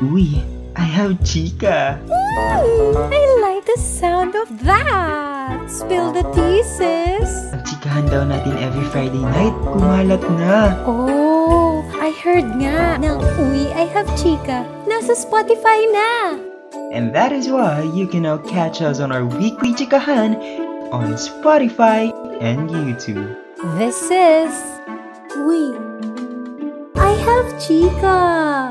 Uy, I have chica. I like the sound of that! Spill the tea, sis! Ang chikahan daw natin every Friday night. Kumalat na. Oh, I heard nga ng Uy, I Have Chica. Nasa Spotify na! And that is why you can now catch us on our weekly chikahan on Spotify and YouTube. This is... Uy, I Have Chica!